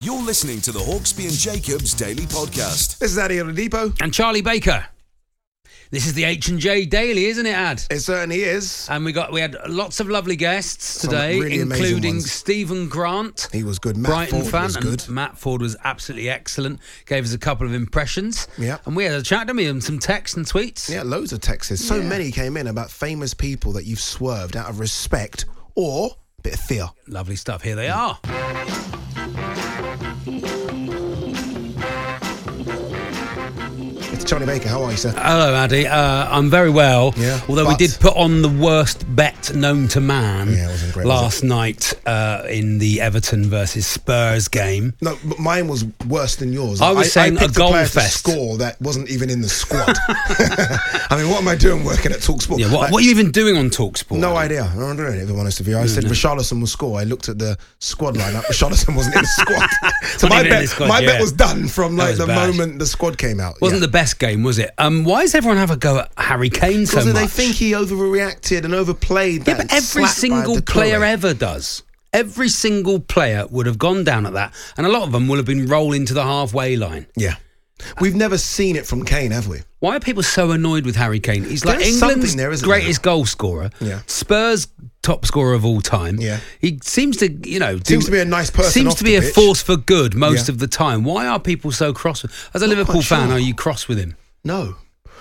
You're listening to the Hawksby and Jacobs Daily Podcast. This is Addy Oladipo. and Charlie Baker. This is the H and J Daily, isn't it, Ad? It certainly is. And we got we had lots of lovely guests Some today, really amazing including ones. Stephen Grant. He was good. Matt Brighton Ford fan was and good. Matt Ford was absolutely excellent. Gave us a couple of impressions. Yeah. And we had a chat to me and some texts and tweets. Yeah, loads of texts. So many came in about famous people that you've swerved out of respect or a bit of fear. Lovely stuff. Here they are. It's Charlie Baker. How are you, sir? Hello, Addy. Uh, I'm very well. Yeah, Although but- we did put on the worst bet known to man Yeah, it wasn't great, was last night uh, in the Everton versus Spurs game. No, but mine was worse than yours. I was saying a picked goal player fest. To score that wasn't even in the squad. I mean, what am I doing working at Talksport? Yeah. What, Like, what are you even doing on Talksport? No idea. I don't know if I'm honest with you. I said Richarlison will score. I looked at the squad lineup. Richarlison wasn't in the squad. so Not my even in bet, the squad, my bet yeah. was done from That like was the bad. moment the squad came out. Wasn't Yeah. the best game, was it? Um, why does everyone have a go at Harry Kane so Because much? they think he overreacted and overplayed. yeah, that but every slap by single Decoy. player ever does. Every single player would have gone down at that, and a lot of them will have been rolling to the halfway line. Yeah, we've never seen it from Kane, have we? Why are people so annoyed with Harry Kane? He's like There is England's something there, isn't greatest goal scorer, Yeah. Spurs top scorer of all time. Yeah. He seems to, you know, do- Seems to be a nice person Seems off to be the a pitch. force for good most Yeah. of the time. Why are people so cross? with As a Not Liverpool quite sure. fan, are you cross with him? No.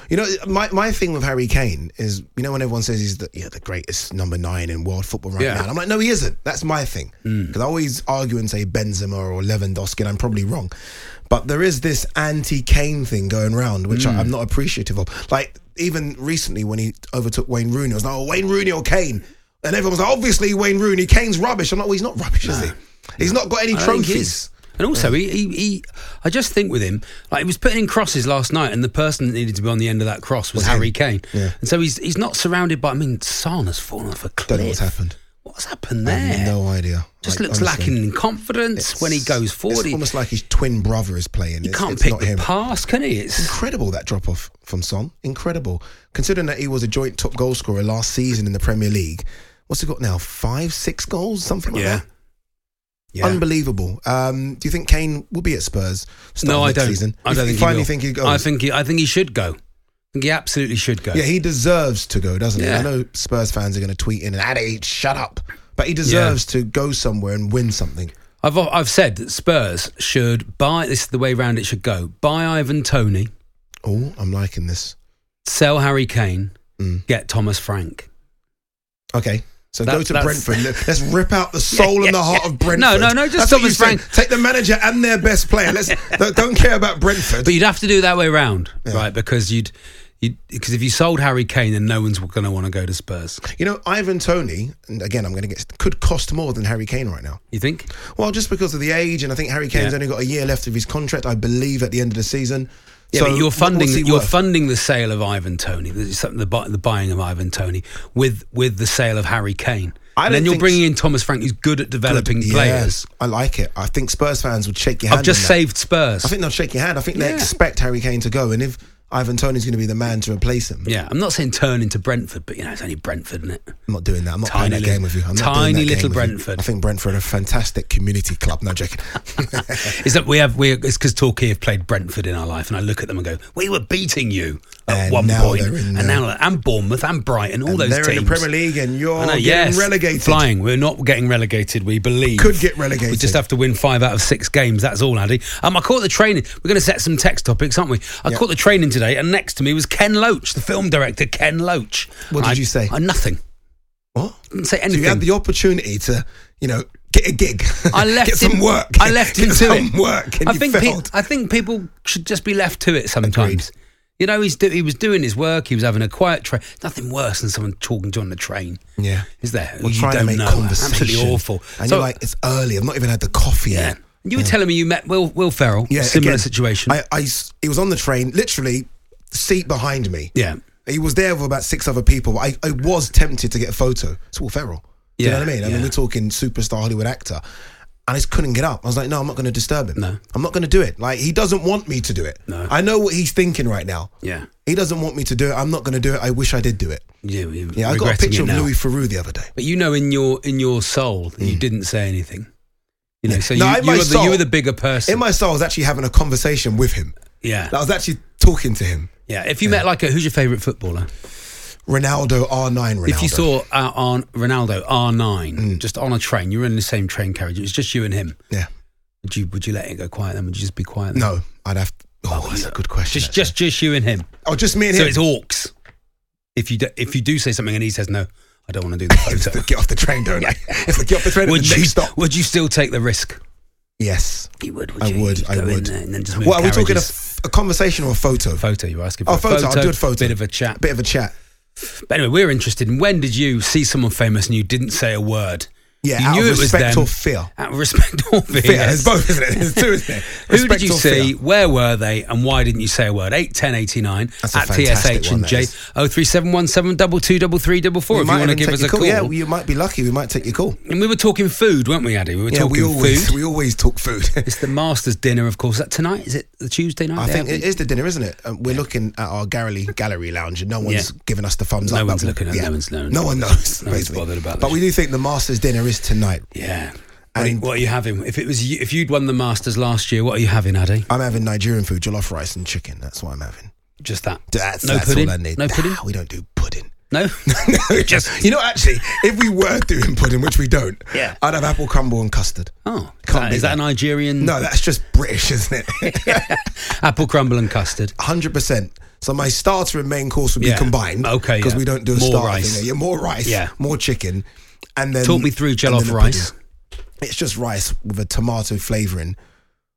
You know, my, my thing with Harry Kane is, you know, when everyone says he's the, yeah, the greatest number nine in world football right Yeah. Mm. now, and I'm like, no, he isn't. That's my thing. Because I always argue and say Benzema or Lewandowski, and I'm probably wrong. But there is this anti Kane thing going round, which Mm. I, I'm not appreciative of. Like, even recently when he overtook Wayne Rooney, I was like, oh, Wayne Rooney or Kane. And everyone was like, obviously Wayne Rooney, Kane's rubbish. I'm like, well, he's not rubbish, is he? He's not got any I don't think he trophies. is. And also, he, he, he, I just think with him, like he was putting in crosses last night, and the person that needed to be on the end of that cross was, Was him. Harry Kane. Yeah. And so he's he's not surrounded by. I mean, Son has fallen off a cliff. Don't know what's happened. What's happened I there? have no idea. Just Like, looks honestly. lacking in confidence when he goes forward. It's He almost like his twin brother is playing. he It's- can't it's pick not the him. pass, can he? It's, Incredible that drop off from Son. Incredible. Considering that he was a joint top goal scorer last season in the Premier League. What's he got now? Five, six goals? Something like that. yeah. Unbelievable. Um, do you think Kane will be at Spurs? start No, of I next don't. Season? I You don't th- think. finally he will. think he goes. I think he, I think he should go. I think he absolutely should go. Yeah, he deserves to go, doesn't Yeah. he? I know Spurs fans are going to tweet in and Addy, shut up. But he deserves to go somewhere and win something. I've I've said that Spurs should buy. This is the way round it should go. Buy Ivan Tony. Oh, I'm liking this. sell Harry Kane, Mm. get Thomas Frank. Okay. So That- go to that's- Brentford. Let- Let's rip out the soul yeah, and the heart yeah. of Brentford. No, no, no, just That's what Thomas you said. Frank. Take the manager and their best player. Let's don't, don't care about Brentford. But you'd have to do it that way round, Yeah. right? Because you'd, you'd because if you sold Harry Kane, then no one's going to want to go to Spurs. you know, Ivan Tony, and again, I'm going to get could cost more than Harry Kane right now. You think? Well, just because of the age, and I think Harry Kane's Yeah. only got a year left of his contract, I believe, at the end of the season. Yeah, so but you're what- funding what's he you're worth? funding the sale of Ivan Tony, the, the, bu- the buying of Ivan Tony with with the sale of Harry Kane. I don't and then you're think bringing in Thomas Frank, who's good at developing Yes, players. I like it. I think Spurs fans would shake your hand. I've just on that. saved Spurs. I think they'll shake your hand. I think they Yeah. expect Harry Kane to go, and if Ivan Tony's going to be the man to replace him, yeah, I'm not saying turn into Brentford, but you know it's only Brentford, isn't it? I'm not doing that. I'm not Tiny playing that little- game with you. I'm not doing tiny that little game with you. Brentford. I think Brentford are a fantastic community club. No joking. Is that we have we? It's because Torquay have played Brentford in our life, and I look at them and go, "We were beating you at And one now point, they're in and the- now and Bournemouth and Brighton, all And those they're in teams the Premier League, and you're I know, getting yes, relegated. Flying, we're not getting relegated. We believe Could get relegated. We just have to win five out of six games. That's all, Addy. Um, I caught the training. We're going to set some text topics, aren't we? I Yeah. caught the training today, and next to me was Ken Loach, the film director, Ken Loach. What And did I- you say? I, nothing. What? Didn't say So anything. you had the opportunity to, you know, Get a gig. I left Get some him work. I left him Get to some it. work. And I you think pe- failed. I think people should just be left to it sometimes. You know, he's do- he was doing his work. He was having a quiet train. Nothing worse than someone talking to you on the train. yeah. Is there? We're you trying don't to make know. conversation. Absolutely awful. And So- you're like, it's early. I've not even had the coffee yeah. yet. You were telling me you met Will Will Ferrell. Yeah, similar again, situation. I, I s- he was on the train, literally seat behind me. yeah. He was there with about six other people. I, I was tempted to get a photo. It's all Ferrell. Do you Yeah, know what I mean? I yeah. mean, we're talking superstar Hollywood actor. And I just couldn't get up. I was like, no, I'm not going to disturb him. No. I'm not going to do it. Like, he doesn't want me to do it. No. I know what he's thinking right now. Yeah. He doesn't want me to do it. I'm not going to do it. I wish I did do it. Yeah. You're Yeah, I got a regretting picture it of now. Louis Theroux the other day. But you know, in your in your soul, that you didn't say anything. You know, so No, you, in my you, were the, you soul- were the bigger person. In my soul, I was actually having a conversation with him. yeah, I was actually talking to him. yeah. If you met like a who's your favourite footballer? Ronaldo R9 Ronaldo. Mm. If you saw uh, on Ronaldo R nine just on a train, you were in the same train carriage. It was just you and him. Yeah. Would you would you let it go quiet then? Would you just be quiet? Then? No, I'd have. Oh, that's a good question. just actually. just just you and him. Oh, just me and So him. it's orcs. If you do, if you do say something and he says no, I don't want to do the It's photo. the get off the train, don't I? It's the get off the train. would at the you next stop? would you still take the risk? Yes, You would. I would. I would. what are we talking? A, f- a conversation or a photo? photo? You're asking for Oh, a photo. I'll do a photo. Bit of a chat. Bit of a chat. But anyway, we're interested in when did you see someone famous and you didn't say a word? Yeah, you out knew of it was respect them. or fear? Out of Uh, respect or fear. Fear. yes. It's both, isn't it? There's two, isn't it? Who did Respect you or see? fear? Where were they? And why didn't you say a word? 8, 10, 89 That's a at fantastic TSH one, and that J. Oh, is. 03717 We if you might want to even give take us your a call. Yeah, you might be lucky. We might take your call. And we were talking food, weren't we, Addy? We were yeah, talking we always food. we always talk food. It's the Masters dinner, of course. Is that tonight? Is it the Tuesday night? I Yeah, think we- it is the dinner, isn't it? Um, we're looking at our gallery gallery lounge, and no one's Yeah. giving us the thumbs No up. but one's we- looking at- yeah. no one's- no one's No one bothered. knows. No one's basically. bothered about But this. we do think the Masters dinner is tonight. Yeah. What are, And- what are you having? If it was you, if you'd won the Masters last year, what are you having, Addy? I'm having Nigerian food, jollof rice and chicken. That's what I'm having. Just that. That's, no that's pudding. all I need. No pudding. Nah, we don't do pudding. No. no, just you know. Actually, if we were doing pudding, which we don't, Yeah. I'd have apple crumble and custard. Oh, is Can't that, beat is that that. Nigerian? No, that's just British, isn't it? Apple crumble and custard. Hundred percent. So my starter and main course would be Yeah. combined. Okay, because yeah. we don't do a More starter. rice. Thing. Yeah, more rice. Yeah. more chicken, and then Talk me through and jollof then a rice. pudding. It's just rice with a tomato flavouring,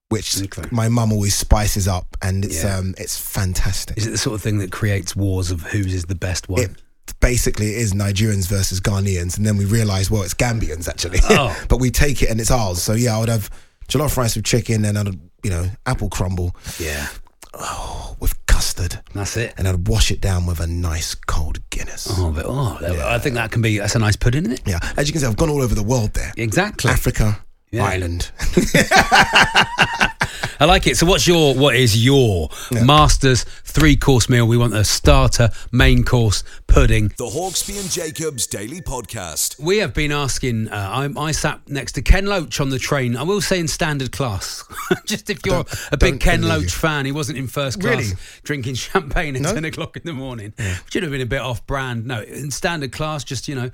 which Okay. my mum always spices up, and it's Yeah. um it's fantastic. Is it the sort of thing that creates wars of whose is the best one? it basically is Nigerians versus Ghanaians, and then we realise, well, it's Gambians actually. Oh. but we take it and it's ours. So yeah, I would have jollof rice with chicken, and I'd you know apple crumble Yeah, with custard, that's it. and I'd wash it down with a nice cold Guinness. Oh, but, oh that- I think that can be. That's a nice pudding, isn't it? Yeah, as you can see, I've gone all over the world there. Exactly. Africa, Yeah. Ireland. I like it. So, what's your what is your Masters three course meal? We want a starter, main course, pudding, The Hawksby and Jacobs Daily Podcast. We have been asking. Uh, I, I sat next to Ken Loach on the train. I will say in standard class. Just if you're don't- a big don't Ken believe Loach you. fan, he wasn't in first class Really? drinking champagne at No? 10 o'clock in the morning, which would have been a bit off brand. No, in standard class, just, you know,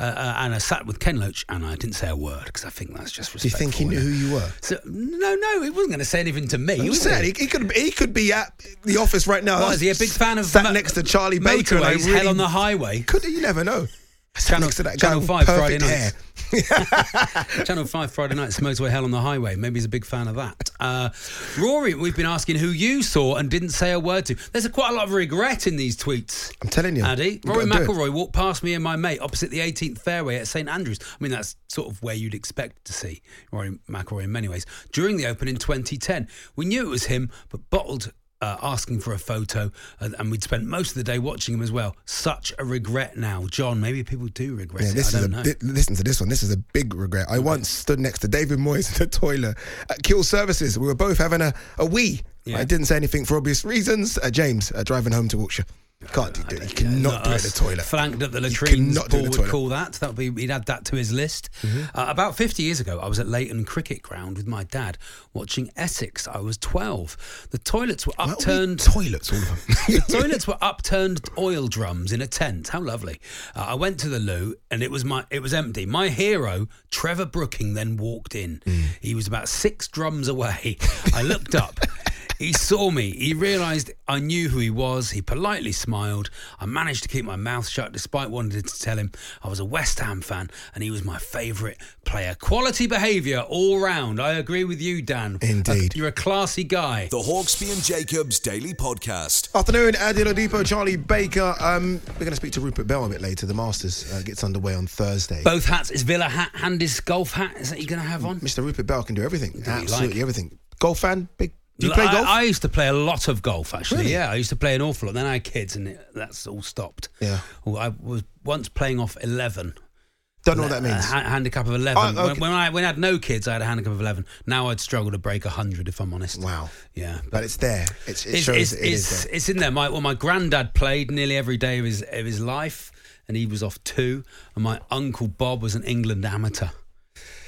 uh, uh, and I sat with Ken Loach and I didn't say a word because I think that's just Do you respectful. think he knew who isn't it? you were? So, no, no, he wasn't going to say anything to me. He was said he, he could he could be at the office right now. What, is he a big fan of sat mo- next to Charlie Baker? And I motorways, really Hell on the Highway? Could you never know? Sat Channel- next to that Channel guy with 5 Friday perfect nights. hair. Channel 5 Friday nights, Motorway Hell on the Highway. Maybe he's a big fan of that. Uh, Rory, we've been asking who you saw and didn't say a word to. There's a, quite a lot of regret in these tweets. I'm telling you, Addy, you've Rory gotta do it. McIlroy walked past me and my mate opposite the 18th fairway at St Andrews. I mean, that's sort of where you'd expect to see Rory McIlroy in many ways. During the Open in 2010, we knew it was him, but bottled uh, asking for a photo, and, and we'd spent most of the day watching him as well. Such a regret now, John. Maybe people do regret Yeah, it. this I is a, don't know. thi- listen to this one. This is a big regret. I once stood next to David Moyes in the toilet at Kill Services. We were both having a, a wee. Yeah. I didn't say anything for obvious reasons. Uh, James, uh, driving home to Wiltshire. Can't Ah, do it. You cannot do it in the us. toilet. Flanked at the You latrines, cannot do it Paul in the would toilet. Mm-hmm. call that. That would be he'd add that to his list. Uh, about 50 years ago, I was at Leighton Cricket Ground with my dad watching Essex. I was 12. The toilets were Why don't we upturned. toilets, all of them. The toilets were upturned oil drums in a tent. How lovely! Uh, I went to the loo and it was my it was empty. My hero, Trevor Brooking, then walked in. He was about six drums away. I looked up. He saw me. He realised I knew who he was. He politely smiled. I managed to keep my mouth shut despite wanting to tell him I was a West Ham fan and he was my favourite player. Quality behaviour all round. I agree with you, Dan. Indeed. you're a classy guy. The Hawksby and Jacobs Daily Podcast. Afternoon, Adil Oladipo, Charlie Baker. Um, we're going to speak to Rupert Bell a bit later. The Masters uh, gets underway on Thursday. Both hats. Is Villa hat and his golf hat? Is that you're going to have on? Mr. Rupert Bell can do everything. he like? Absolutely everything. Golf fan? Big. Do you play I, golf? I used to play a lot of golf, actually. Really? Yeah, I used to play an awful lot. Then I had kids, and it, that's all stopped. Yeah. Well, I was once playing off eleven. Don't know what that A means. ha- handicap of eleven. Oh, okay. when, when I when I had no kids, I had a handicap of eleven. Now I'd struggle to break hundred, if I'm honest. Wow. Yeah, But it's there. It's, it it's, shows it's, that it is it's- there. it's in there. My well, my granddad played nearly every day of his of his life, and he was off two. And my uncle Bob was an England amateur.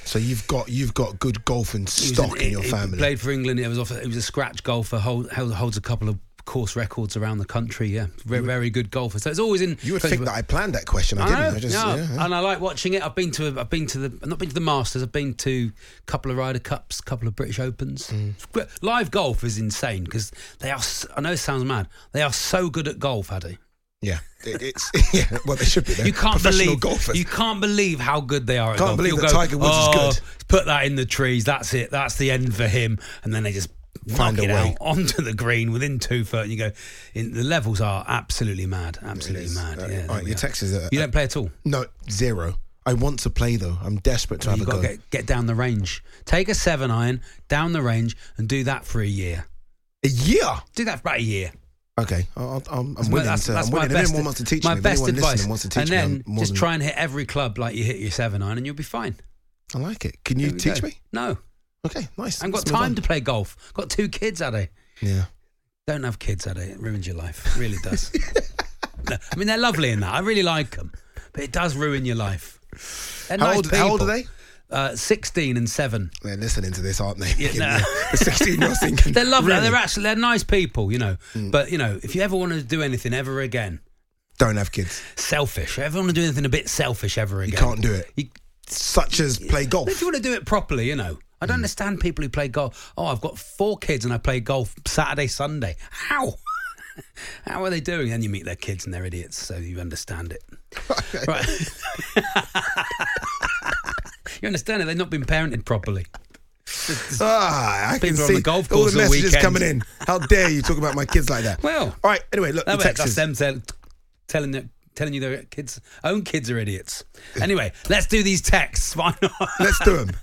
So you've got you've got good golf and He was stock an- in your he- family. He played for England. He was off, he was a scratch golfer. Hold, held, holds a couple of course records around the country. Yeah, very, very good golfer. So it's always in. you would think that I planned that question. I, I didn't. know, I just, no, yeah, yeah. and I like watching it. I've been to, I've been to the, I've not been to the Masters. I've been to a couple of Ryder Cups, a couple of British Opens. Mm. It's great. Live golf is insane because they are. s- I know it sounds mad. They are so good at golf, Addy. Yeah. It, it's yeah. Well, they should be. They're You can't professional believe golfers. you can't believe how good they are. At Can't golf. believe You'll that Tiger Woods is "Oh, good." Put that in the trees. That's it. That's the end for him. And then they just Find knock a it way. out onto the green within two foot. And you go, in, the levels are absolutely mad. Absolutely mad. Uh, yeah, all right, there we your are. Texas are- You don't play at all. no zero. I want to play though. I'm desperate to have You've a got go. to get, get down the range. Take a seven iron down the range and do that for a year. A year. Do that for about a year. Okay. I'll, I'll, I'm, I'm willing to. I'm willing. If anyone wants to teach my me, if best anyone advice. listening wants to teach and me, I'm then more just than- try and hit every club like you hit your seven iron, and you'll be fine. I like it. Can There you we teach go. me? No, Okay. Nice. I haven't got Let's move time on. to play golf. Got two kids, Addy. Yeah. Don't have kids, Addy. It ruins your life. It really does. No, I mean, they're lovely in that. I really like them, but it does ruin your life. They're How nice old- how old people. are they? Uh, 16 and 7. They're listening to this, aren't they? Yeah, Fucking, no. yeah. The 16 year olds thinking. They're lovely. really? Hmm. They're actually they're nice people, you know. But you know, if you ever want to do anything ever again, Don't have kids. selfish. If you want to do anything a bit selfish ever You again, can't do it. You- Such as play golf. Hmm. if you want to do it properly, you know. I don't understand people who play golf. Oh, I've got four kids and I play golf Saturday, Sunday. How? How are they doing? And you meet their kids and they're idiots, so you understand it. Right. you understand it. They've not been parented properly. Uh, Ah, I can People are on see the golf all course the all messages weekend. coming in. How dare you talk about my kids like that? Well, all right. Anyway, look, No, the but that's Texas. them tell, telling their, telling you their kids own kids are idiots. Anyway, let's do these texts. Why not? Let's do them.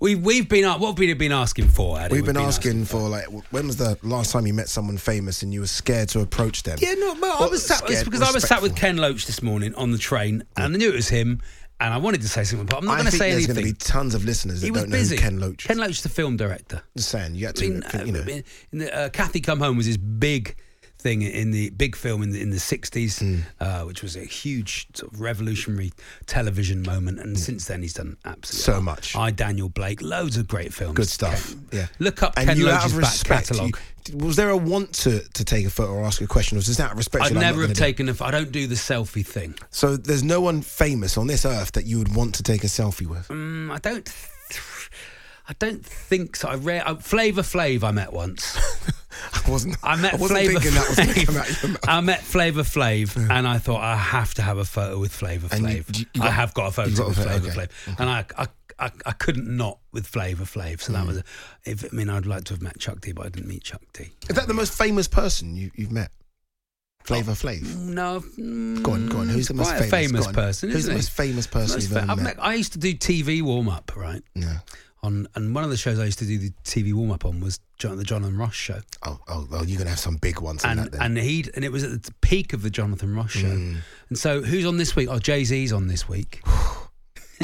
We've we've been a- what have we been asking for? Addy? We've been asking for like, w- when was the last time you met someone famous and you were scared to approach them? Yeah, no, well, I Well, was sat. It's scared, because I was sat with respectful. Ken Loach this morning on the train, and I knew it was him, and I wanted to say something, but I'm not I going to think say there's anything. going to be tons of listeners that he was don't know busy. who Ken Loach. Ken is. Loach, is the film director. Just saying, you had I to, mean, you know. uh, in- in the, uh, Kathy Come Home was his big thing in the big film in the in the sixties, Hmm. uh, which was a huge sort of revolutionary television moment. And since then, he's done absolutely Hmm. So much. I Daniel Blake, loads of great films, Good stuff. Ken- Yeah. look up and Ken you out Loach's of back respect. catalogue. you- was there a want to, to take a photo or ask a question? Was this out of respect? I'd you're like, I'm never not have gonna do it? taken a. f- I don't do the selfie thing. So there's no one famous on this earth that you would want to take a selfie with. Mm, I don't. th- I don't think so. I rare. Uh, Flavor Flav, I met once. I wasn't. I met I wasn't Flavor thinking that was going to Flav. Um, come out of your mouth. I met Flavor Flav, and I thought I have to have a photo with Flavor And you- Flav. you- you I got- have got a photo you got a with photo, Flavor okay, Flav, and I, I, I, I couldn't not with Flavor Flav. Mm. So that was. A, if, I mean, I'd like to have met Chuck D, but I didn't meet Chuck D. Is that the most famous person you, you've met? Oh. Flavor Flav. No. mm, Go on, go on. Who's the most quite a famous? famous Go on. person? Who's isn't the he? most famous person Most you've fa- ever I've met? I used to do TV warm up, right? No. On and one of the shows I used to do the TV warm up on was John, the John and Ross show. Oh, oh, well, you're gonna have some big ones on that and then. Hmm. and he and it was at the peak of the Jonathan Ross show. And so who's on this week? Oh, Jay Z's on this week.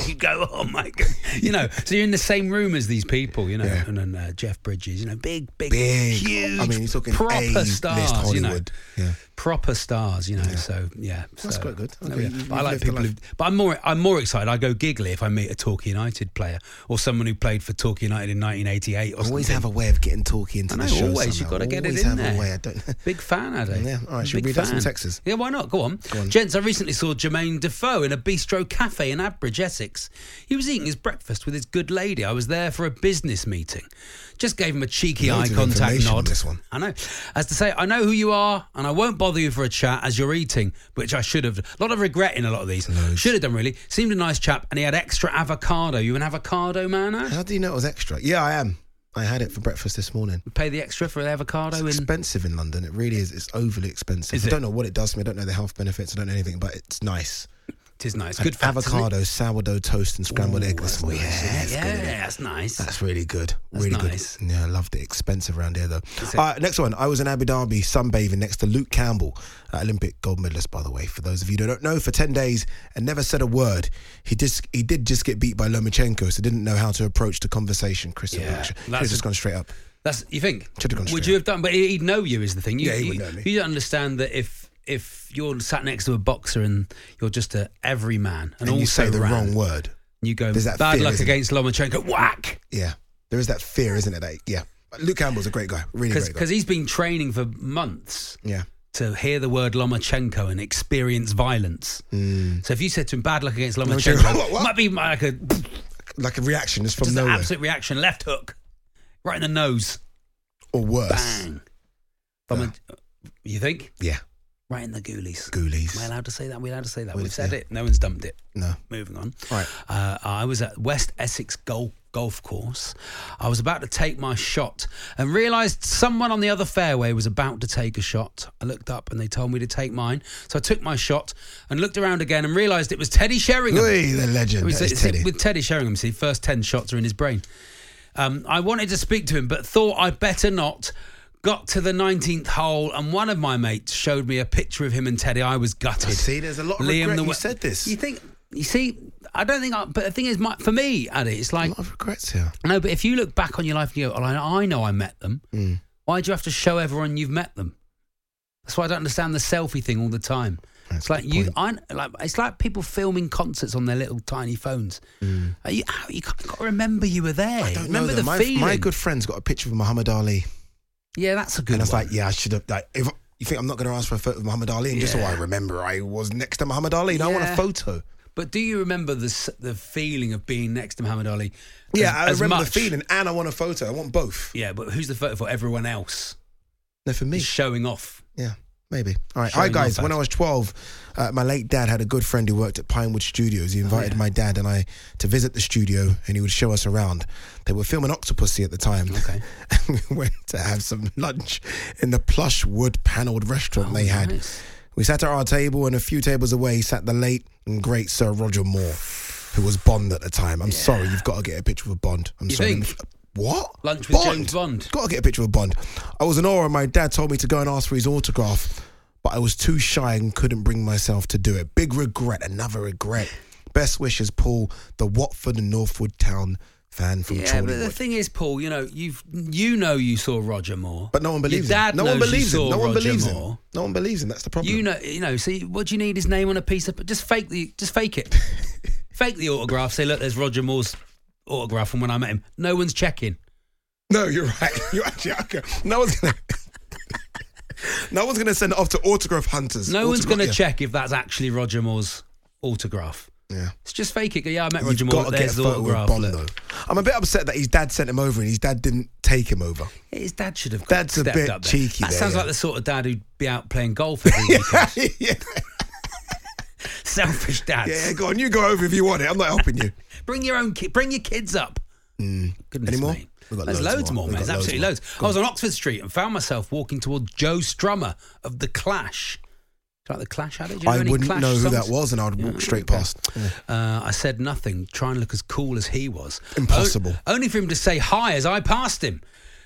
you go, oh my god, you know. So you're in the same room as these people, you know, Yeah. and then uh, Jeff Bridges, you know, big, big, big. huge. I mean, you're talking proper A-list stars, you know. Hollywood. Yeah. Proper stars, you know. So yeah, That's so- quite good. there Okay, we are. you- But I you've like lived a people. life. Who, but I'm more. I'm more excited. I go giggly if I meet a Torquay United player or someone who played for Torquay United in 1988. Or Always something. have a way of getting talky into I know, the show. always. You've somehow. got to get it Always in have there. A way. I don't. Big fan, Addy. Yeah, all right, should Big we read out some fan. texts? Yeah, why not? Go on. Go on. Gents, I recently saw Jermaine Defoe in a bistro cafe in Abridge, Essex. six. He was eating his breakfast with his good lady. I was there for a business meeting. Just gave him a cheeky Loads eye of contact information on nod. this one. I know. As to say, I know who you are, and I won't bother you for a chat as you're eating, which I should have. A lot of regret in a lot of these. Should have done really. Seemed a nice chap, and he had extra avocado. You an avocado man? Ash? How do you know it was extra? Yeah, I am. I had it for breakfast this morning. Pay the extra for an avocado It's in. expensive in London. It really is. It's overly expensive. Is I it? don't know what it does to me. I don't know the health benefits. I don't know anything, but it's nice. Tis nice. Had Good fat, isn't it? avocado, sourdough toast, and scrambled Ooh, egg this that's morning. nice, yeah, isn't it's it? good, yeah, isn't it? that's nice. That's really good. That's really nice. good. Yeah, I loved it. Expensive around here though. Is it? Uh, next one. I was in Abu Dhabi sunbathing next to Luke Campbell, uh, Olympic gold medalist, by the way. For those of you who don't know, for ten days and never said a word. He just he did just get beat by Lomachenko, so didn't know how to approach the conversation. Chris Yeah, yeah, should that's- have just gone straight up. That's you think? Should have gone Would straight you have done? But he'd know you is the thing. You, Yeah, he you, would know me. You don't understand that if if you're sat next to a boxer and you're just a everyman And and, also you say the ran, wrong word. you go There's that bad fear, luck isn't it?" against Lomachenko. Whack. Yeah, there is that fear, isn't it? That, yeah, But Luke Campbell's a great guy. Really great guy. Because he's been training for months Yeah. to hear the word Lomachenko and experience violence. Hmm. So if you said to him, "Bad luck against Lomachenko,", Lomachenko, what, what? might be like a just Like a reaction is from an nowhere, absolute reaction, left hook, right in the nose, or worse. bang. From a- you think? Yeah, Right in the ghoulies. ghoulies. Am I allowed to say that? We're allowed to say that. Well, We've said yeah. it. No one's dumped it. No, Moving on. Right. Uh, I was at West Essex Golf Golf Course. I was about to take my shot and realised someone on the other fairway was about to take a shot. I looked up and they told me to take mine, so I took my shot and looked around again and realised it was Teddy Sheringham. Oi, the legend. It was- That is it's- Teddy. With Teddy Sheringham, see, first ten shots are in his brain. Um, I wanted to speak to him, but thought I'd better not. Got to the 19th hole, and one of my mates showed me a picture of him and Teddy. I was gutted. See, there's a lot of regret the you Wa- said this. You think? You see, I don't think. I, but the thing is, my, for me, Addy, it's a like lot of regrets here. no. But if you look back on your life and you go, well, I, I know I met them. Mm. Why do you have to show everyone you've met them? That's why I don't understand the selfie thing all the time. That's it's a like good you, point. I, like it's like people filming concerts on their little tiny phones. Are you, ow, you can't, got to remember you were there. Mm. I don't remember know. though. the my, feeling. my good friend's got a picture of Muhammad Ali, yeah, that's a good. and I was one. like, yeah, I should have. Like, if you think I'm not going to ask for a photo of Muhammad Ali, and just so Yeah. I remember, I was next to Muhammad Ali. No, I want Yeah. a photo. but do you remember the s- the feeling of being next to Muhammad Ali? as- Yeah, I as remember much? the feeling, and I want a photo. I want both. Yeah, but who's the photo for? Everyone else No, for me, is showing off. Yeah, maybe. All right. Showing Hi, guys. your When I badge. was 12, uh, my late dad had a good friend who worked at Pinewood Studios. Oh, He invited my dad and I to visit the studio and he would show us around. They were filming Octopussy at the time. Okay. and we went to have some lunch in the plush wood paneled restaurant they had. Oh, nice. We sat at our table, and a few tables away sat the late and great Sir Roger Moore, who was Bond at the time. I'm sorry, you've got to get a picture with Bond. I'm You sorry. think? What? Lunch with James Bond. Got to get a picture of Bond. I was in awe, and my dad told me to go and ask for his autograph, but I was too shy and couldn't bring myself to do it. Big regret, another regret. Best wishes, Paul, the Watford and Northwood Town fan from Yeah, but the Chorleywood. thing is, Paul, you know, you've you know you saw Roger Moore, But no one believes Your dad him. No one knows believes you him. saw No one Roger believes Moore. him. No one believes him. That's the problem. You know, you know. See, what do you need? His name on a piece of just fake the just fake it, fake the autograph. Say, look, there's Roger Moore's autograph from when I met him. No one's checking. No, you're right. You're actually okay. No one's gonna. no one's gonna send it off to autograph hunters. No one's Autograph- going yeah. to check if that's actually Roger Moore's autograph. Yeah. It's just fake it. Go, Yeah, I met You've Roger got Moore. to get a There's the photo with autograph. Bond, look. though. I'm a bit upset that his dad sent him over and his dad didn't take him over. His dad should have. got- That's a stepped bit up there. cheeky That there, sounds yeah. like the sort of dad who'd be out playing golf every weekend. yeah, Selfish dads. yeah, go on. You go over if you want it. I'm not helping you. Bring your own ki- bring your kids up. Goodness Any more? me. Mm. We've got There's loads, more, man. We've There's got loads absolutely more. loads. I was on Oxford Street and found myself walking towards Joe Strummer of The Clash. Do you like The Clash, Addy? Do you know I any wouldn't Clash know who songs? that was, and I'd walk straight past. Uh, I said nothing, trying to look as cool as he was. Impossible. O- only for him to say hi as I passed him.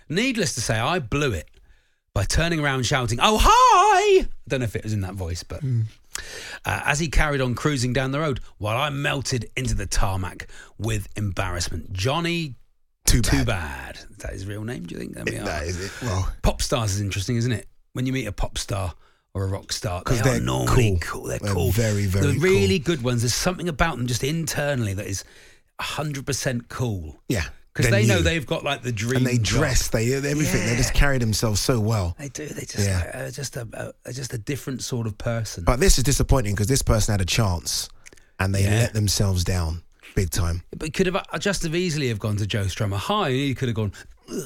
Needless to say, I blew it by turning around shouting, Oh, hi! I don't know if it was in that voice, but. Hmm. Uh, as he carried on cruising down the road, while I melted into the tarmac with embarrassment. Johnny Too Too bad. Bad. Is that his real name, do you think? There we It- are. that is it. Well, Pop stars is interesting, isn't it? When you meet a pop star or a rock star, 'Cause they are they're normally cool. cool. They're, They're cool. very, very The really good ones. There's something about them just internally that is 100% cool yeah, because Then they know you. they've got like the dream. and they job. dress. They everything. They just carry themselves so well. They do. They just Yeah. like, uh, just a, a just a different sort of person. But this is disappointing because this person had a chance and they Yeah. let themselves down. big time. But could have I just have easily have gone to Joe Strummer. Hi, he could have gone "Ugh,"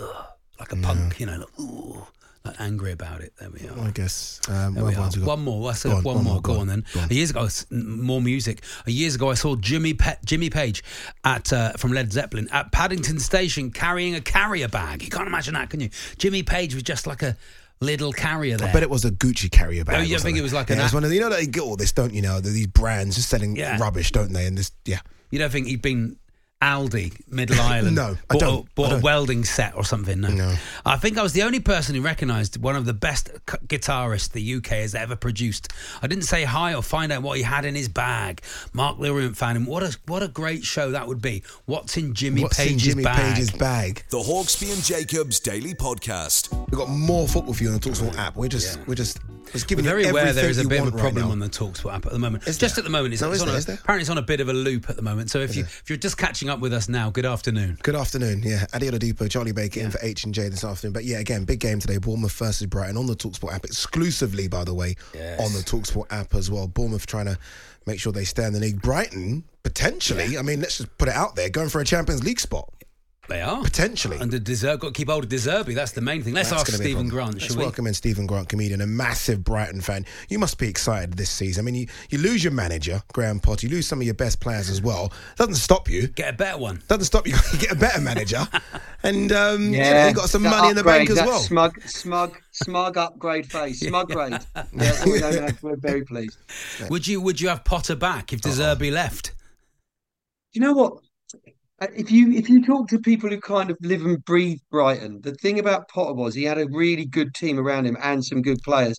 like a punk, you know, like, Ooh, like angry about it. There we are. I guess. Um, what There we other are. ones we got? One more. I said Go one, more. Go on then. Go on. A years ago, s- n- more music. A years ago, I saw Jimmy pa- Jimmy Page at uh, from Led Zeppelin at Paddington Station carrying a carrier bag. You can't imagine that, can you? Jimmy Page was just like a little carrier there. I bet it was a Gucci carrier bag. Oh, or yeah, I think something. it was like yeah, an it was a- one of the, you know they get all this, don't you? Know these brands just selling Yeah. rubbish, don't they? And this, yeah, You don't think he'd been Aldi, Middle Island? No, I bought, don't. A, bought I a don't. welding set or something. No. No. I think I was the only person who recognised one of the best c- guitarists the UK has ever produced. I didn't say hi or find out what he had in his bag. Mark Lirient found him. What a what a great show that would be. What's in Jimmy what's Page's in Jimmy bag? Page's bag? The Hawksby and Jacobs Daily Podcast. We've got more football for you on the Talksport app. We're just, we're just, just We're giving very you aware everything there is a you bit of a want right problem now. on the Talksport app at the moment. Is just there? at the moment, it's, No, is it's on there? a, Is there? apparently it's on a bit of a loop at the moment. So if you if you're just catching up with us now, good afternoon. Good afternoon. Yeah, Adiola Depot, Charlie Baker in for H and J this afternoon. But yeah, again, big game today. Bournemouth versus Brighton on the Talksport app exclusively, by the way, on the Talksport app as well. Bournemouth trying to make sure they stay in the league. Brighton potentially. I mean, let's just put it out there, going for a Champions League spot. They are Potentially. And the deserve got to keep hold of Deserby. That's the main thing. Let's That's ask gonna be a Stephen problem. Grant. Let's Shall we? welcome in Stephen Grant, comedian, a massive Brighton fan. You must be excited this season. I mean, you, you lose your manager, Graham Potter. You lose some of your best players as well. Doesn't stop you. Get a better one. Doesn't stop you. you get a better manager, and um, you know, Yeah, you got some that money in the bank upgrade, as that well. Smug, smug, smug upgrade phase. Smug grade. Yeah, all in all, no, we're very pleased. Would you would you have Potter back if Deserby left? Do you know what? Uh, If you if you talk to people who kind of live and breathe Brighton, the thing about Potter was he had a really good team around him and some good players.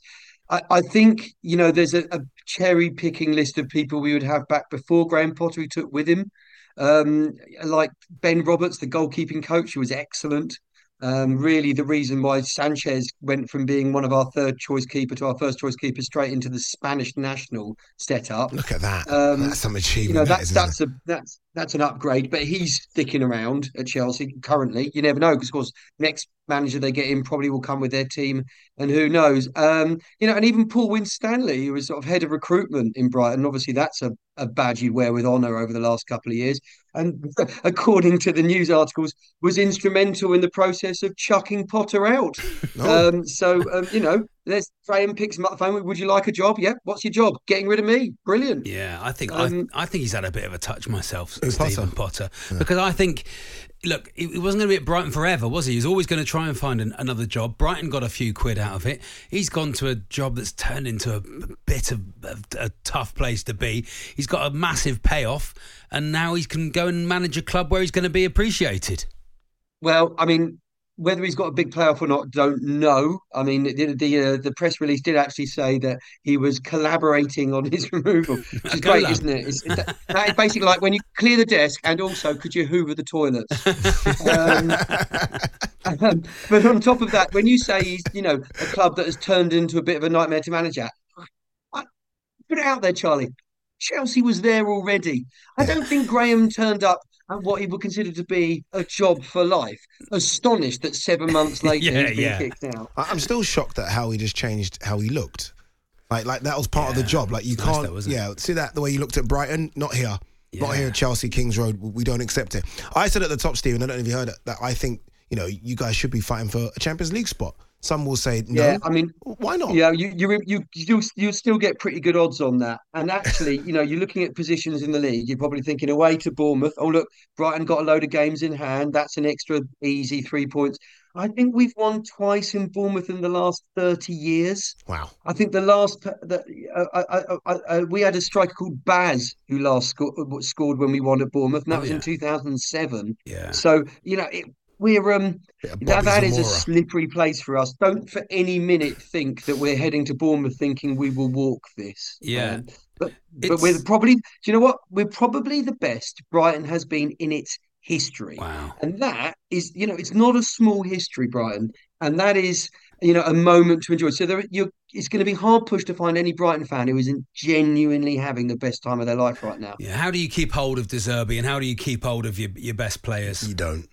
I, I think, you know, there's a, a cherry picking list of people we would have back before Graham Potter who took with him. Um, like Ben Roberts, the goalkeeping coach, who was excellent. Um, really the reason why Sanchez went from being one of our third choice keeper to our first choice keeper straight into the Spanish national setup Look at that. Um, that's some achievement. you know that is, that's isn't that's a that's that's an upgrade but he's sticking around at chelsea currently you never know because of course next manager they get in probably will come with their team and who knows um you know and even paul winstanley who was sort of head of recruitment in brighton obviously that's a, a badge you'd wear with honor over the last couple of years and according to the news articles was instrumental in the process of chucking potter out it? No. um so um, you know there's graham picks him up the phone would you like a job yeah what's your job getting rid of me brilliant Yeah, I think Um, I, I think he's had a bit of a touch myself, Who, Stephen Potter, because I think. Look, he he wasn't going to be at Brighton forever, was he? He was always going to try and find an, another job. Brighton got a few quid out of it. He's gone to a job that's turned into a bit of a, a tough place to be. He's got a massive payoff, and now he can go and manage a club where he's going to be appreciated. Well, I mean, whether he's got a big playoff or not, don't know. I mean, the the, uh, the press release did actually say that he was collaborating on his removal, which is great, collab. isn't it? It's, that, that is basically like when you clear the desk, and also could you hoover the toilets? Um, um, but on top of that, when you say he's, you know, a club that has turned into a bit of a nightmare to manage at, I, put it out there, Charlie. Chelsea was there already. I don't think Graham turned up at what he would consider to be a job for life, astonished that seven months later Yeah, he's been yeah. kicked out. I, I'm still shocked at how he just changed how he looked. Like, like that was part of the Yeah. job. Like you Nice can't, though, wasn't it? yeah. See that the way you looked at Brighton, not here, not here Yeah. at Chelsea Kings Road. We we don't accept it. I said at the top, Stephen. I don't know if you heard it, that. I think you know you guys should be fighting for a Champions League spot. Some will say no. Yeah, I mean, why not? Yeah, you you you you you still get pretty good odds on that. And actually, you know, you're looking at positions in the league. You're probably thinking away to Bournemouth. Oh look, Brighton got a load of games in hand. That's an extra easy three points. I think we've won twice in Bournemouth in the last thirty years. Wow. I think the last p- that uh, I, I, I, I, we had a striker called Baz who last sco- uh, scored when we won at Bournemouth, and that Oh, was yeah. in 2007. Yeah. So you know it, we're um Bit of that, Bobby that is a Zamora. slippery place for us. Don't for any minute think that we're heading to Bournemouth thinking we will walk this. Yeah. Um, but but It's- we're probably do you know what we're probably the best Brighton has been in its history. Wow. And that is, you know, it's not a small history, Brighton, and that is, you know, a moment to enjoy. So there, you're, it's going to be hard pushed to find any Brighton fan who isn't genuinely having the best time of their life right now. Yeah, how do you keep hold of Deserby and how do you keep hold of your, your best players? You don't.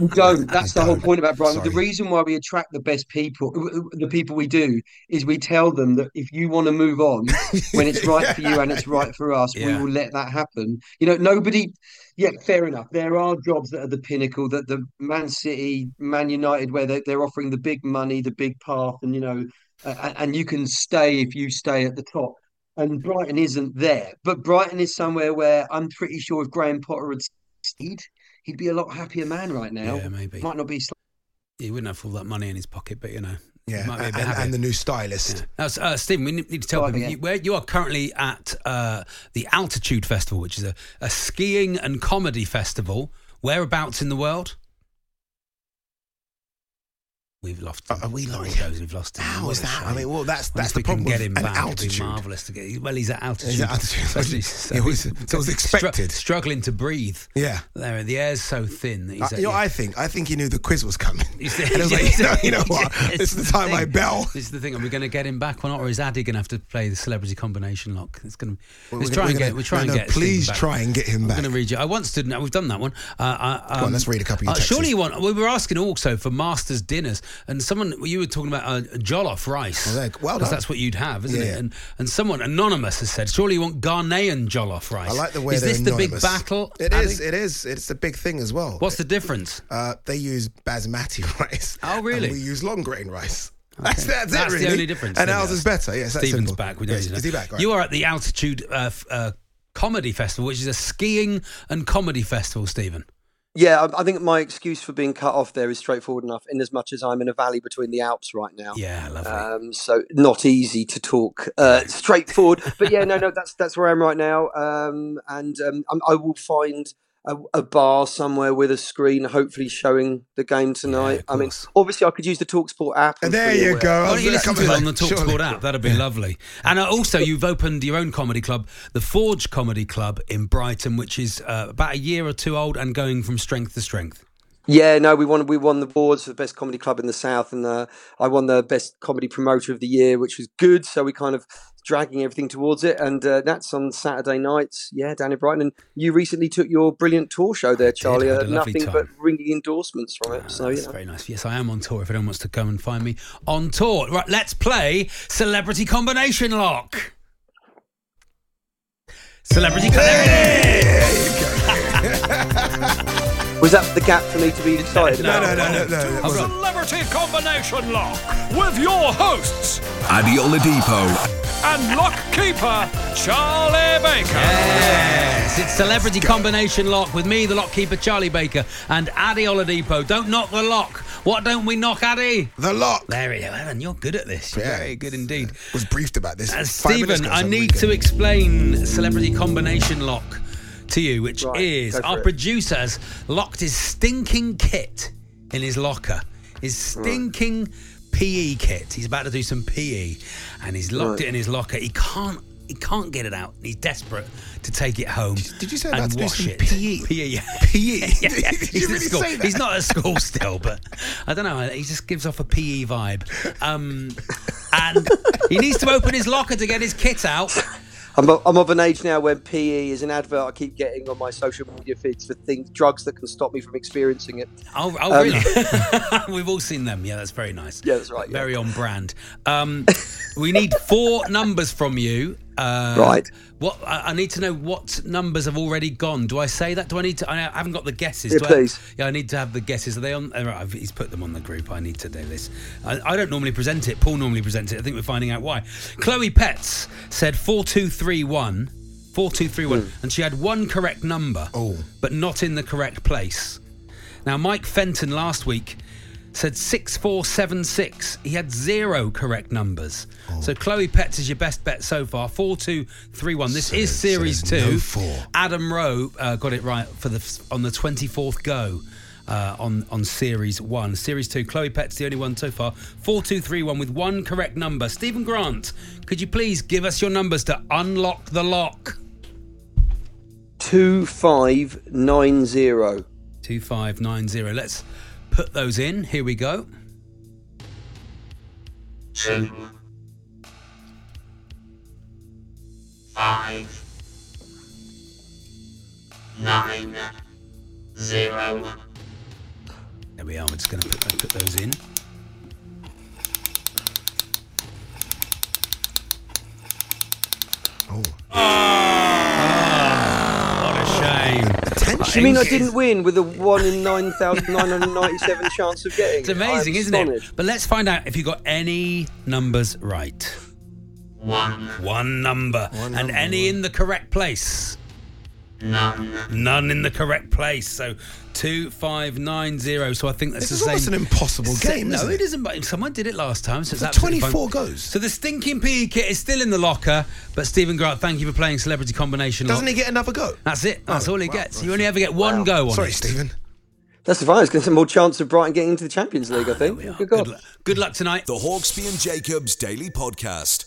We don't. That's the whole don't. point about Brighton. The Sorry. reason why we attract the best people, the people we do, is we tell them that if you want to move on, when it's right for you and it's right for us, we Yeah. will let that happen. You know, nobody. Yeah, fair enough. There are jobs that are the pinnacle that the Man City, Man United, where they, they're offering the big money, the big path, and you know, and, and you can stay if you stay at the top. And Brighton isn't there, but Brighton is somewhere where I'm pretty sure if Graham Potter had stayed, he'd be a lot happier man right now. Yeah, maybe. Might not be. sl- He wouldn't have all that money in his pocket, but you know, he Yeah, might be a and, bit happier. and the new stylist. Yeah. Now, s- uh, Stephen, we ne- need to tell Right, people yeah. you, where you are currently at uh, the Altitude Festival, which is a, a skiing and comedy festival. Whereabouts in the world? We've lost. Uh, Are- are we all like- those, We've lost. him. How What is a that? I shame. mean, well, that's- Once that's the we can problem Get with him an back. It'd altitude. be marvelous to get. he- Well, he's at altitude. at altitude. So he's- It was- he's- so it was expected. Struggling to breathe. Yeah. There, the air's so thin that he's. I- at- you know, yeah. what I think I think he knew the quiz was coming. He And said- I was like, you know, you know what? Yes, This is it's the time I thing. bell. This is the thing. Are we going to get him back or not? Or is Addy going to have to play the celebrity combination lock? It's going to. We're Let's gonna- try we're and gonna- get. We try no, and no, get. please Stephen back. try and get him I'm back. going to read you. I once did. We've done that one. Uh, I, um, on, let's read a couple of your texts. Surely you want. We were asking also for masters dinners, and someone you were talking about uh, jollof rice. Well, there- well 'Cause done. that's what you'd have, isn't it? Yeah. And and someone anonymous has said, surely you want Ghanaian jollof rice. I like the way Is they're this the big anonymous. battle? It Addy? is. It is. It's a big thing as well. What's the difference? Uh, they use basmati rice. Oh, really? And we use long grain rice. That's, that's, That's it, the really. only difference, And isn't ours it? is better. Yes, that's Stephen's simple. back. We don't Yes, need to know. is he back? Right. You are at the Altitude uh, f- uh, Comedy Festival, which is a skiing and comedy festival, Stephen. Yeah, I, I think my excuse for being cut off there is straightforward enough, in as much as I'm in a valley between the Alps right now. Yeah, lovely. Uh, Um, so not easy to talk uh, straightforward, but yeah, no, no, that's that's where I'm right now, um, and um, I'm, I will find a, a bar somewhere with a screen, hopefully showing the game tonight. of I mean, course. obviously, I could use the Talksport app. I'm there fully you aware. go. Why I don't was you gonna listen come to it back. on the TalkSport Surely. app? That'd be lovely. And uh, also, you've opened your own comedy club, the Forge Comedy Club in Brighton, which is uh, about a year or two old and going from strength to strength. Yeah, no, we won. We won the awards for the best comedy club in the south, and uh, I won the best comedy promoter of the year, which was good. So we kind of dragging everything towards it, and uh, that's on Saturday nights. Yeah, down in Brighton, and you recently took your brilliant tour show there, Charlie. I had a uh, lovely nothing time. but ringing endorsements from it. Ah, Oh, so that's yeah. very nice. Yes, I am on tour. If anyone wants to come and find me on tour, right? Let's play Celebrity Combination Lock. Celebrity. was that the gap for me to be excited No, about? No, no, no, no. that wasn't. Celebrity Combination Lock with your hosts Addy Oladipo and lock keeper Charlie Baker. Yes, it's celebrity combination lock with me, the lock keeper Charlie Baker, and Addy Oladipo. Don't knock the lock. What don't we knock, Addy? The lock. There we go, Alan. You're good at this. You're Yeah. Very good indeed. Was briefed about this. Uh, five minutes Stephen, ago, I so need we to can- explain celebrity combination lock to you, which Right, is go for our it. producer has locked his stinking kit in his locker. His stinking PE kit. He's about to do some PE, and he's locked it in his locker. He can't. He can't get it out. He's desperate to take it home. Did you say and about to do wash some E it. PE? PE, E, yeah. PE? yeah, yeah. E. Did He's you at really school. say that? He's not at school still, but I don't know. He just gives off a PE vibe. Um, and he needs to open his locker to get his kit out. I'm, o- I'm of an age now when PE is an advert I keep getting on my social media feeds for things, drugs that can stop me from experiencing it. Oh, Um, oh really? We've all seen them. Yeah, that's very nice. Yeah, that's right, yeah. Very on brand. Um, we need four numbers from you. Uh, Right. What I, I need to know what numbers have already gone. Do I say that? Do I need to? I haven't got the guesses. Yeah, Do I- please. yeah, I need to have the guesses. Are they on? all right, I've, he's put them on the group. I need to do this. I, I don't normally present it. Paul normally presents it. I think we're finding out why. Chloe Pets said four two three one. Four two three one, Hmm. and she had one correct number, Oh. but not in the correct place. Now, Mike Fenton last week said 6476. He had zero correct numbers. Oh. So, Chloe Petz is your best bet so far. 4231. This So is there's- so series there's two. no four. Adam Rowe uh, got it right for the on the 24th go. Uh, on on series one, series two, Chloe Pet's the only one so far. Four, two, three, one with one correct number. Stephen Grant, could you please give us your numbers to unlock the lock? Two five nine zero. Two five nine zero. Let's put those in. Here we go. five nine zero There we are. We're just going to put, put those in. Oh, Ah! What a shame. attention! You mean I didn't win with a one in nine thousand nine hundred ninety-seven chance of getting? It's amazing, isn't it? But let's find out if you got any numbers right. One number. and any in the correct place. None. None in the correct place. So two five nine zero. So I think that's This is the same. almost an impossible Se- game, No, isn't it it? isn't. But someone did it last time. So it's For absolutely fine. 24 goes. So the stinking PE kit is still in the locker. But Stephen Grant, thank you for playing Celebrity Combination. Doesn't Lock. he get another go? That's it. That's Oh, all he wow, gets. right. You only ever get one go on Sorry, it. Stephen. That's fine. It's going to have more chance of Brighton getting into the Champions League. I think. Yeah, Good Good, God. luck. good luck tonight. The Hawksby and Jacobs Daily Podcast.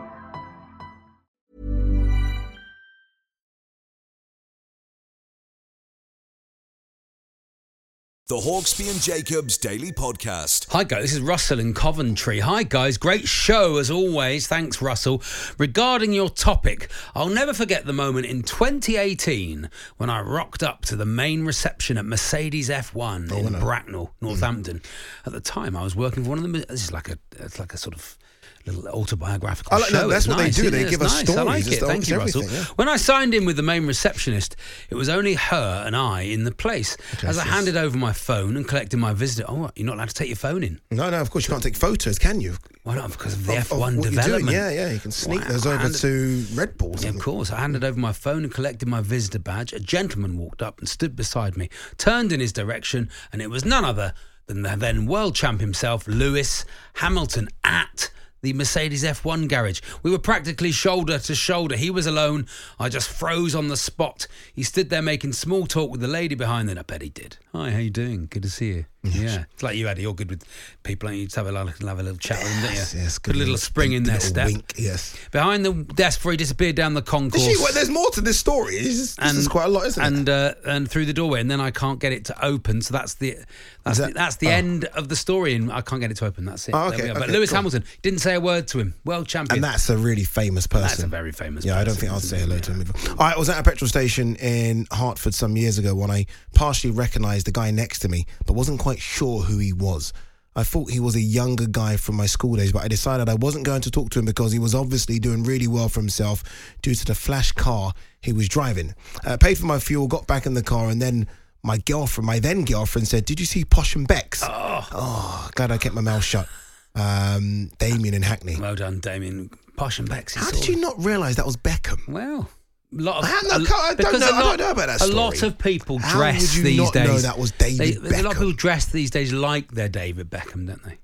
The Hawksby and Jacobs Daily Podcast. Hi, guys. This is Russell in Coventry. Hi, guys. Great show as always. Thanks, Russell. Regarding your topic, I'll never forget the moment in 2018 when I rocked up to the main reception at Mercedes F1 Oh, in Bracknell, Hmm. Northampton. At the time, I was working for one of them. This is like a, it's like a sort of little autobiographical I like- no, show. that's It's what they nice, do. isn't They it? give It's us nice. I like stories. It's it. the- Thank it's you, Russell. everything, yeah. When I signed in with the main receptionist, it was only her and I in the place. As I handed over my phone and collected my visitor, oh, what, you're not allowed to take your phone in. No, no, of course you can't take photos, can you? Why not? Because of the Of- of F1 what you're doing. development. Yeah, yeah, you can sneak Wow. those I over handed- to Red Bull. or Yeah, of something. course. I handed over my phone and collected my visitor badge. A gentleman walked up and stood beside me, turned in his direction, and it was none other than the then world champ himself, Lewis Hamilton, at the Mercedes F1 garage. We were practically shoulder to shoulder. He was alone. I just froze on the spot. He stood there making small talk with the lady behind him. I bet he did. Hi, how you doing? Good to see you. Yeah, it's like you, Eddie. You're good with people, aren't you? Just have a, have a little chat with them, don't you? Yes, yes, Put a little spring in there, little Steph. Wink, yes. Behind the desk before he disappeared down the concourse. Did she, well, there's more to this story. It's just- This is quite a lot, isn't it? and, Uh, and through the doorway, and then I can't get it to open. So that's the that's that- the, that's the oh. end of the story, and I can't get it to open. That's it. Oh, There okay, we are. But okay, Lewis cool. Hamilton didn't say a word to him. World champion. And that's a really famous person. That's a very famous. Yeah, I don't person, think I'd isn't say it? hello to him. Either. I was at a petrol station in Hartford some years ago when I partially recognised the guy next to me, but wasn't quite sure who he was. I thought he was a younger guy from my school days, but I decided I wasn't going to talk to him because he was obviously doing really well for himself due to the flash car he was driving. Uh, paid for my fuel, got back in the car, and then my girlfriend, my then girlfriend, said, "Did you see Posh and Bex?" Oh, glad I kept my mouth shut. Um, Damien in Hackney. Well done, Damien. Posh and Bex. is How did all- you not realise that was Beckham? Well, a lot of I have no a- co- I don't because know- a I don't know about that A story. lot of people How dress would you these not know days. that was David they, A lot of Beckham? people dress these days like they're David Beckham, don't they?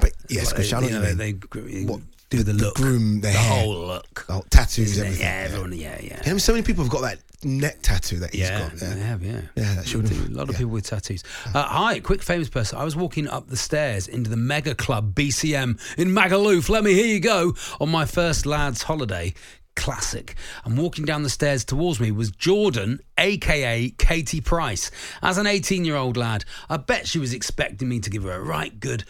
But yes, Like, Cristiano. uh, you know, Ronaldo. they, gr- What, do the, the look, groom, the hair. whole look, Oh, tattoos, isn't it? everything, Yeah, yeah. everyone, yeah, yeah. You know, so many people have got that neck tattoo that he's yeah, got. they have, yeah. Yeah, that They should do. have- A lot of yeah. people with tattoos. Uh, hi, quick famous person. I was walking up the stairs into the mega club BCM in Magaluf. Let me hear you go on my first lads' holiday. Classic. And walking down the stairs towards me was Jordan, aka Katie Price. As an 18 year old lad, I bet she was expecting me to give her a right good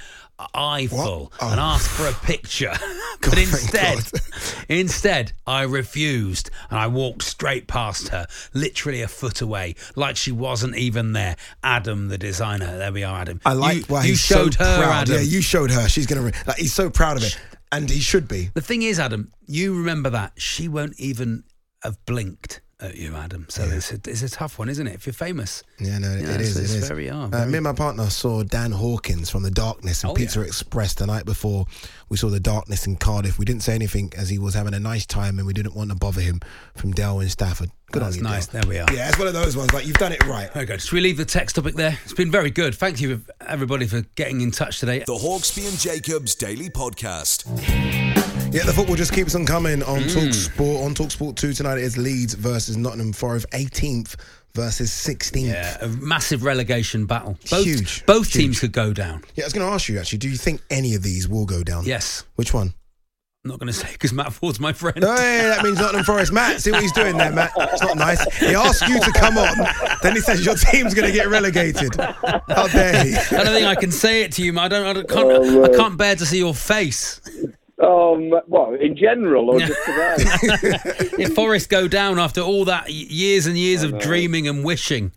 eyeful Oh. and ask for a picture. but instead, Instead, I refused and I walked straight past her, literally a foot away, like she wasn't even there. Adam, the designer. There we are, Adam. I like you, why you he's showed so her, proud. Adam. Yeah, you showed her. She's gonna. Re- like, he's so proud of it, and he should be. The thing is, Adam, you remember that she won't even have blinked at you, Adam. So it's, a, it's a tough one, isn't it? If you're famous, Yeah, no, Yeah, it is. so It it's is. very- yeah, Uh, very- me and my partner saw Dan Hawkins from The Darkness and Oh, Pizza yeah. Express the night before we saw The Darkness in Cardiff. We didn't say anything as he was having a nice time and we didn't want to bother him from Dell in Stafford. Good that's on you, nice. Dale. There we are. Yeah, it's one of those ones. Like you've done it right. Very good. Should we leave the text topic there? It's been very good. Thank you, everybody, for getting in touch today. The Hawksby and Jacobs Daily Podcast. Yeah, the football just keeps on coming on Mm. Talk Sport. On Talk Sport 2 tonight it is Leeds versus Nottingham Forest, 18th versus 16th. Yeah, a massive relegation battle. Both, Huge. Both Huge. teams could go down. Yeah, I was going to ask you actually, do you think any of these will go down? Yes. Which one? I'm not going to say because Matt Ford's my friend. No, yeah, yeah, that means Nottingham Forest. Matt, see what he's doing there, Matt. It's not nice. He asks you to come on, then he says your team's going to get relegated. How dare he? I don't think I can say it to you. Matt. I don't. I don't- can't. Oh, I right. can't bear to see your face. Um, well, in general or just today? If Forest go down after all that y- years and years of dreaming and wishing,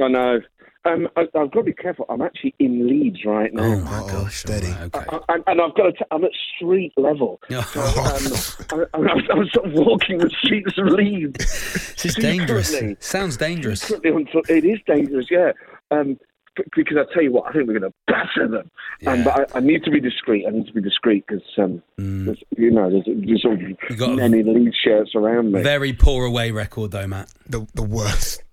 I know. Um, I, I've got to be careful. I'm actually in Leeds right now. oh my gosh, steady. I, I, and I've got to. T- I'm at street level. So, um, I, I'm, I'm sort of walking the streets of Leeds. This is dangerous. Secretly. Sounds dangerous. Secretly until it is dangerous, yeah. Um, b- because I tell you what, I think we're going to batter them. Um, but I, I need to be discreet. I need to be discreet because um, there's you know there's, there's sort of got a- many Leeds shirts around me. Very poor away record though, Matt. The, the worst.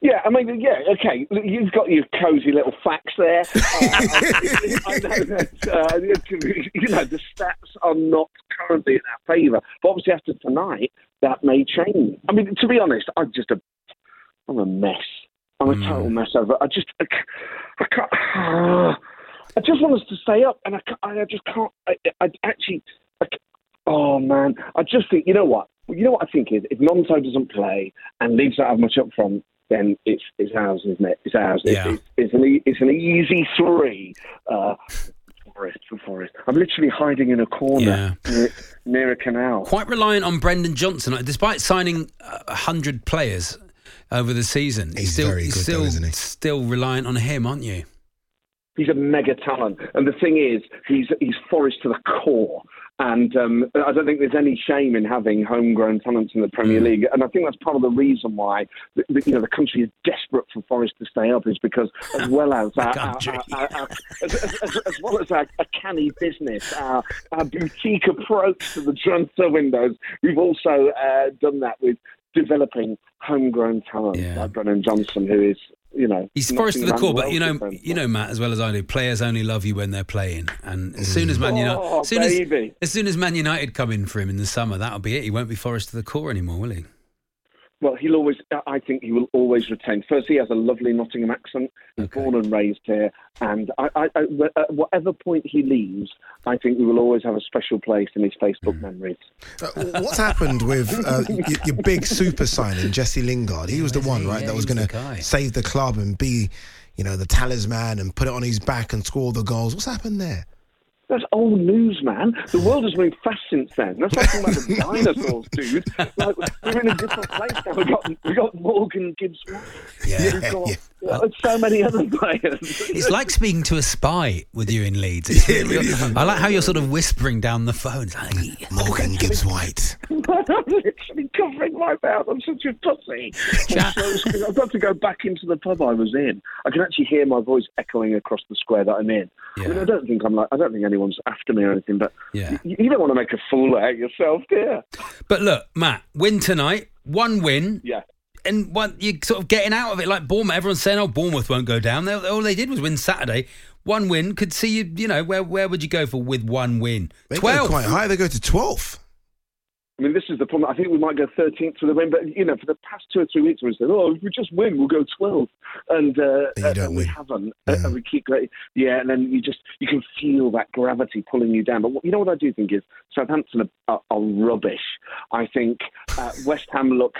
Yeah, I mean, yeah, okay. You've got your cosy little facts there. Uh, I know that, uh, you know, the stats are not currently in our favour. But obviously, after tonight, that may change. I mean, to be honest, I'm just a, I'm a mess. I'm a Mm. total mess. Over. I just, I, c- I can't. I just want us to stay up, and I, ca- I just can't. I, I actually, I, c- oh man, I just think you know what. You know what I think is if Nonto doesn't play and Leeds don't have much up front, then it's it's ours, isn't it? It's ours. It's- Yeah. It's, it's, an, e- it's an easy three. Uh, Forest, Forest. I'm literally hiding in a corner near, near a canal. Quite reliant on Brendan Johnson, despite signing uh, hundred players over the season. He's still, very good though, still, isn't he? still reliant on him, aren't you? he's a mega talent, and the thing is, he's he's Forest to the core. And um, I don't think there's any shame in having homegrown talents in the Premier League, and I think that's part of the reason why the, the, you know the country is desperate for Forest to stay up is because as well as our, our, country. our, our, our- as, as, as well as our, our canny business, our, our boutique approach to the transfer windows, we've also uh, done that with developing homegrown talent Yeah. like Brennan Johnson, who is you know He's nothing Forest to the core, but unwelcome. you know, you know, Matt, as well as I do, players only love you when they're playing. And as soon as Man United, Oh, as, soon as, baby. as soon as Man United come in for him in the summer, that'll be it. He won't be Forest to the core anymore, will he? Well, he'll always. I think he will always retain. First, he has a lovely Nottingham accent. He's born and raised here, and I, I, I, at whatever point he leaves, I think we will always have a special place in his Facebook memories. Uh, what's happened with uh, your, your big super signing, Jesse Lingard? He was the one, right, Yeah, that he was was the going guy. to save the club and be, you know, the talisman and put it on his back and score the goals. What's happened there? That's old news, man. The world has moved fast since then. That's like talking about the dinosaurs, dude. Like, we're in a different place now. We got we got Morgan Gibbs. Yeah. We've got uh, so many other players. It's like speaking to a spy with you in Leeds. It's- I like how you're sort of whispering down the phone. It's like, "Yeah." Morgan Gibbs White. I'm literally covering my mouth. I'm such a pussy. I'm so scared. I've got to go back into the pub I was in. I can actually hear my voice echoing across the square that I'm in. I mean, Yeah. I don't think I'm like I don't think anyone's after me or anything, but Yeah. you, you don't want to make a fool out of yourself, do you? But look, Matt, win tonight, one win, Yeah. and one, you're sort of getting out of it. Like Bournemouth, everyone's saying, "Oh, Bournemouth won't go down." They, all they did was win Saturday. One win could see you. You know, where where would you go for with one win? They go Twelve. quite high. They go to 12th. I mean, this is the problem. I think we might go 13th for the win, but you know, for the past two or three weeks, we said, "Oh, if we just win, we'll go 12," and, uh, and we haven't, Uh, and we keep going. Yeah, and then you just you can feel that gravity pulling you down. But what, you know what I do think is Southampton are, are, are rubbish. I think uh, West Ham look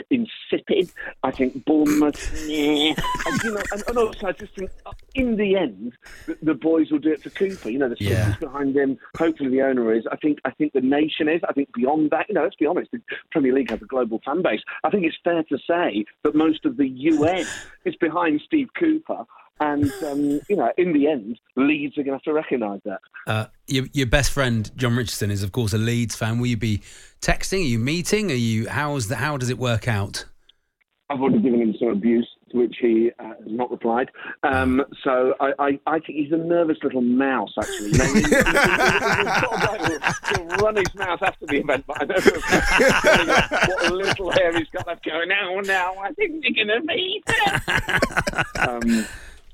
insipid. I think Bournemouth, meh. and, you know, and, and also I just think uh, in the end, the, the boys will do it for Cooper. You know, the Yeah. city's behind him. Hopefully, the owner is. I think I think the nation is. I think beyond that, you know, let's be honest, the Premier League has a global fan base. I think it's fair to say that most of the UN is behind Steve Cooper. And um, you know, in the end, Leeds are going to have to recognise that. Uh, your, your best friend John Richardson is, of course, a Leeds fan. Will you be texting? Are you meeting? Are you how's the how does it work out? I've already given him some abuse, to which he uh, has not replied. Um, so I, I, I think he's a nervous little mouse, actually. You know, he- he- he- he's got to go- he'll run his mouth after the event, but I know for a fact what a little hair he's got left going, now, now, I think they're going to meet um,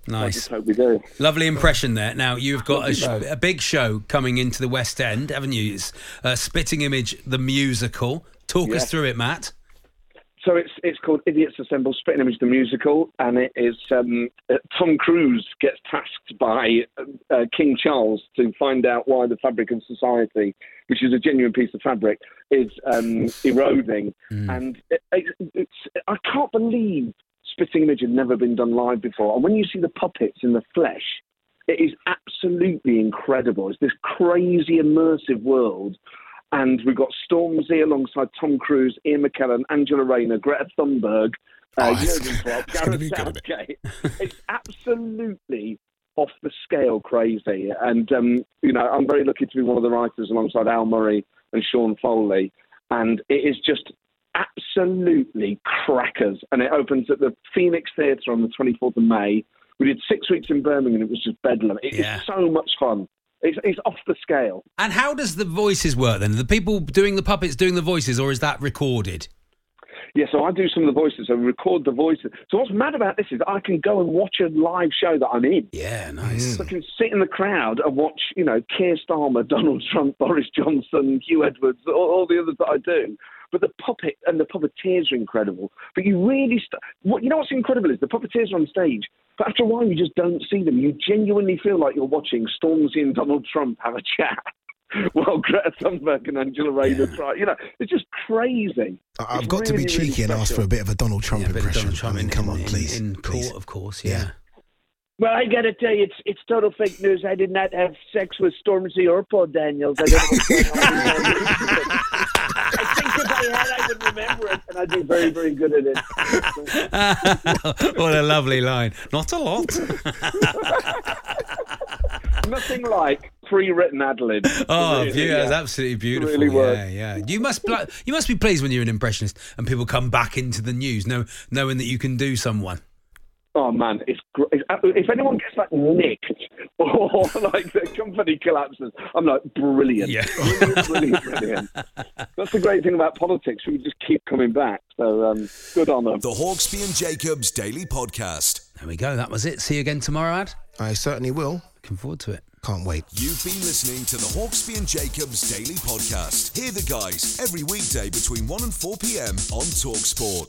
Nice, hope we do. lovely impression there. Now you've got a, sh- Thank you, a big show coming into the West End, haven't you? It's uh, Spitting Image, the musical. Talk Yeah. us through it, Matt. So it's it's called Idiots Assemble Spitting Image the Musical, and it is um, uh, Tom Cruise gets tasked by uh, uh, King Charles to find out why the fabric of society, which is a genuine piece of fabric, is um, eroding. And it, it, it's I can't believe Spitting Image had never been done live before. And when you see the puppets in the flesh, it is absolutely incredible. It's this crazy immersive world. And we've got Stormzy alongside Tom Cruise, Ian McKellen, Angela Rayner, Greta Thunberg, Oh, uh, Jurgen Klopp, Gareth Southgate. It's absolutely off the scale crazy. And, um, you know, I'm very lucky to be one of the writers alongside Al Murray and Sean Foley. And it is just absolutely crackers. And it opens at the Phoenix Theatre on the 24th of May. We did six weeks in Birmingham. It was just bedlam. It is Yeah. so much fun. It's, it's off the scale. And how does the voices work then? Are the people doing the puppets doing the voices, or is that recorded? Yeah, so I do some of the voices. I record the voices. So what's mad about this is I can go and watch a live show that I'm in. Yeah, Mm. nice. So I can sit in the crowd and watch, you know, Keir Starmer, Donald Trump, Boris Johnson, Hugh Edwards, all, all the others that I do. But the puppet and the puppeteers are incredible. But you really, st- what you know, what's incredible is the puppeteers are on stage. But after a while, you just don't see them. You genuinely feel like you're watching Stormzy and Donald Trump have a chat. Well, Greta Thunberg and Angela Rayner, try. you know, it's just crazy. I- I've It's got to be really, really cheeky and ask for special. a bit of a Donald Trump bit of impression. Donald Trump I mean, in- come on, in- please. in court, please. of course. Yeah. Well, I gotta tell you, it's it's total fake news. I did not have sex with Stormzy or Paul Daniels. I, don't know what's going on with all this, but I think if I had, I would remember it, and I'd be very, very good at it. what a lovely line. Not a lot. Nothing like pre-written ad lib. Oh, Really, beau- yeah. that's absolutely beautiful. Really yeah, works. yeah. You must pl- you must be pleased when you're an impressionist and people come back into the news, know, knowing that you can do someone. Oh man, it's gr- it's, uh, if anyone gets like nicked or like the company collapses, I'm like brilliant, Yeah. brilliant, brilliant, brilliant. That's the great thing about politics. We just keep coming back. So um, good on them. The Hawksby and Jacobs Daily Podcast. There we go. That was it. See you again tomorrow, Ad. I certainly will. Looking forward to it. Can't wait. You've been listening to the Hawksby and Jacobs Daily Podcast. Hear the guys every weekday between 1 and 4 p.m. on Talksport.